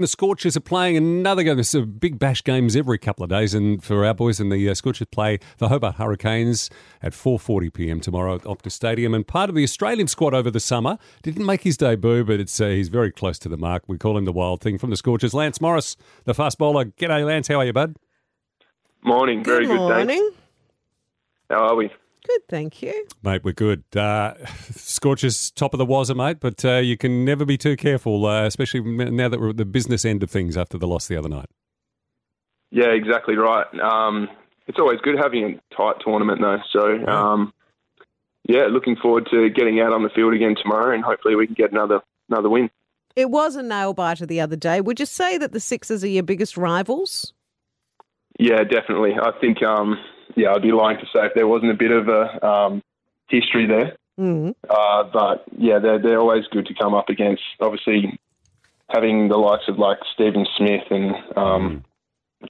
The Scorchers are playing another game. There's a big bash games every couple of days, and for our boys in the uh, Scorchers play the Hobart Hurricanes at 4:40 p.m. tomorrow at Optus Stadium. And part of the Australian squad over the summer didn't make his debut, but it's uh, he's very close to the mark. We call him the Wild Thing from the Scorchers. Lance Morris, the fast bowler. G'day, Lance. How are you, bud? Morning. Very good, day. morning. How are we? Good, thank you. Mate, we're good. Uh, Scorchers top of the wazzer, mate, but uh, you can never be too careful, uh, especially now that we're at the business end of things after the loss the other night. Yeah, exactly right. Um, it's always good having a tight tournament, though. So, um, yeah, looking forward to getting out on the field again tomorrow, and hopefully we can get another another win. It was a nail biter the other day. Would you say that the Sixers are your biggest rivals? Yeah, definitely. I think, um, yeah, I'd be lying to say if there wasn't a bit of a um, history there. Mm. Uh, but yeah, they're they're always good to come up against. Obviously, having the likes of like Stephen Smith and um,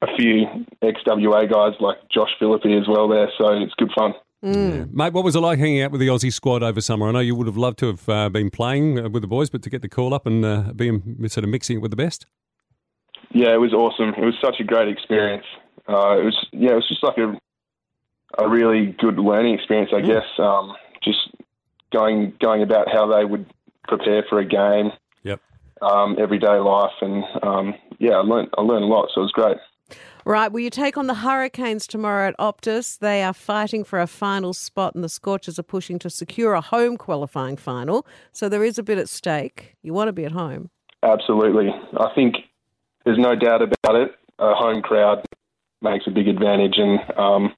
a few XWA guys like Josh Philippi as well there. So it's good fun. Mm. Yeah. Mate, what was it like hanging out with the Aussie squad over summer? I know you would have loved to have uh, been playing uh, with the boys, but to get the call up and uh, be in- sort of mixing it with the best. Yeah, it was awesome. It was such a great experience. Uh, it was yeah, it was just like a a really good learning experience, I guess. Um, just going going about how they would prepare for a game, Yep. um, everyday life, and um, yeah, I learned I learned a lot, so it was great. Right, will you take on the Hurricanes tomorrow at Optus? They are fighting for a final spot, and the Scorchers are pushing to secure a home qualifying final. So there is a bit at stake. You want to be at home. Absolutely, I think there's no doubt about it. A home crowd makes a big advantage, and um,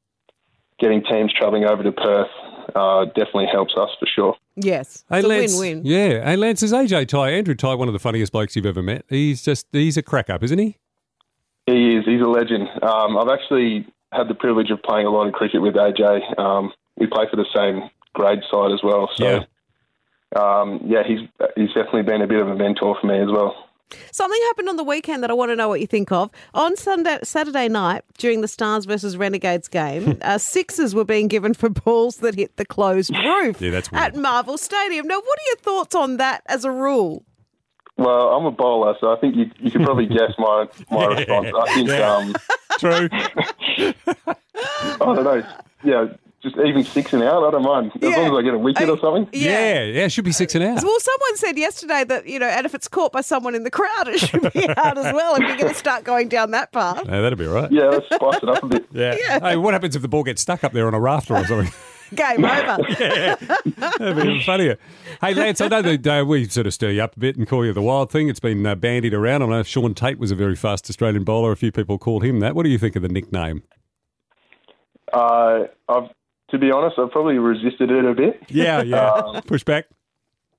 getting teams travelling over to Perth uh, definitely helps us for sure. Yes, it's a Lance, win-win. Yeah. Hey, Lance, is AJ Ty, Andrew Ty, one of the funniest blokes you've ever met? He's just, he's a crack up, isn't he? He is. He's a legend. Um, I've actually had the privilege of playing a lot of cricket with AJ. Um, we play for the same grade side as well. So, Yeah. um, yeah, he's he's definitely been a bit of a mentor for me as well. Something happened on the weekend that I want to know what you think of. On Sunday, Saturday night, during the Stars versus Renegades game, uh, sixes were being given for balls that hit the closed roof Yeah, that's weird. at Marvel Stadium. Now, what are your thoughts on that as a rule? Well, I'm a bowler, so I think you you could probably guess my my response. I think um, True. I don't know. Yeah, just even six and out. I don't mind as Yeah. long as I get a wicket or something. yeah. Yeah. Should be six and out. Well, someone said yesterday that, you know, and if it's caught by someone in the crowd, it should be out as well if you're going to start going down that path. Yeah, that'll be all right. Yeah, let's spice it up a bit. Yeah. Hey, what happens if the ball gets stuck up there on a rafter or something? Game over. That'd be even funnier. Hey, Lance, I know that uh, we sort of stir you up a bit and call you the wild thing. It's been uh, bandied around. I know Sean Tate was a very fast Australian bowler. A few people called him that. What do you think of the nickname? Uh, I've to be honest, I've probably resisted it a bit. Yeah, yeah. Um, Push back.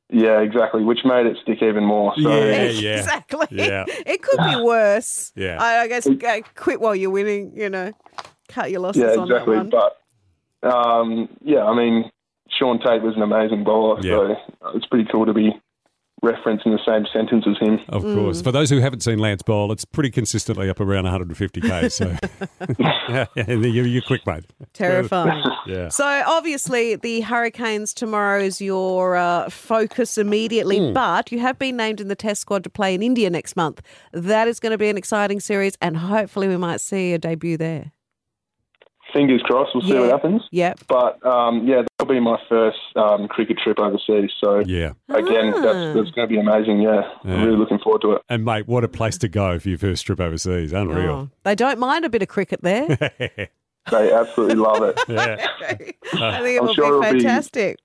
Yeah, exactly, which made it stick even more. So Yeah, yeah. Exactly. Yeah. It could be worse. Yeah. I, I guess uh, quit while you're winning, you know, cut your losses Yeah, on exactly. that one. But um, yeah, I mean, Sean Tate was an amazing bowler, so it's pretty cool to be referenced in the same sentence as him. Of Mm. course. For those who haven't seen Lance bowl, it's pretty consistently up around 150k. So yeah, and you're, you're quick, mate. Terrifying. Yeah. So obviously, the Hurricanes tomorrow is your uh, focus immediately, Hmm. but you have been named in the Test squad to play in India next month. That is going to be an exciting series, and hopefully, we might see a debut there. Fingers crossed, we'll see Yeah. what happens. Yep. But um, yeah, that'll be my first um, cricket trip overseas. So Yeah. again, Ah. that's, that's going to be amazing. Yeah, I'm really looking forward to it. And mate, what a place to go for your first trip overseas. Unreal. Oh, they don't mind a bit of cricket there. They absolutely love it. Yeah. I think it I'm will sure be it'll be- fantastic.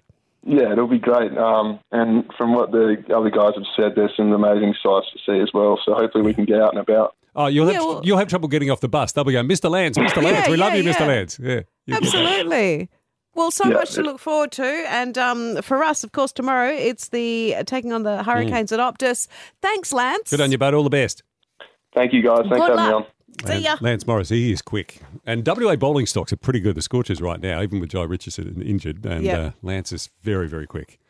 Yeah, it'll be great. Um, and from what the other guys have said, there's some amazing sights to see as well. So hopefully we can get out and about. Oh, you'll have Yeah, well- you'll have trouble getting off the bus. They'll be going, Mr. Lance, Mr. Lance, we yeah, love you, Mr. yeah. Lance. Yeah. You- Absolutely. Well, so Yeah. much to look forward to. And um, for us, of course, tomorrow it's the uh, taking on the Hurricanes at Optus. Thanks, Lance. Hmm. Good on you, bud. All the best. Thank you guys. Thanks for Good having me luck. on. See And ya. Lance Morris, he is quick. And WA bowling stocks are pretty good. The Scorchers right now, even with Jai Richardson injured, and Yeah. uh, Lance is very, very quick.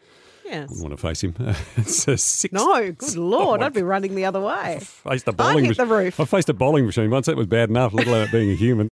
Yes. Wouldn't want to face him. it's a six. No, good lord, I'd be running the other way. Faced a I'd bowling hit the mach- roof. I faced a bowling machine once. That was bad enough, let alone it being a human.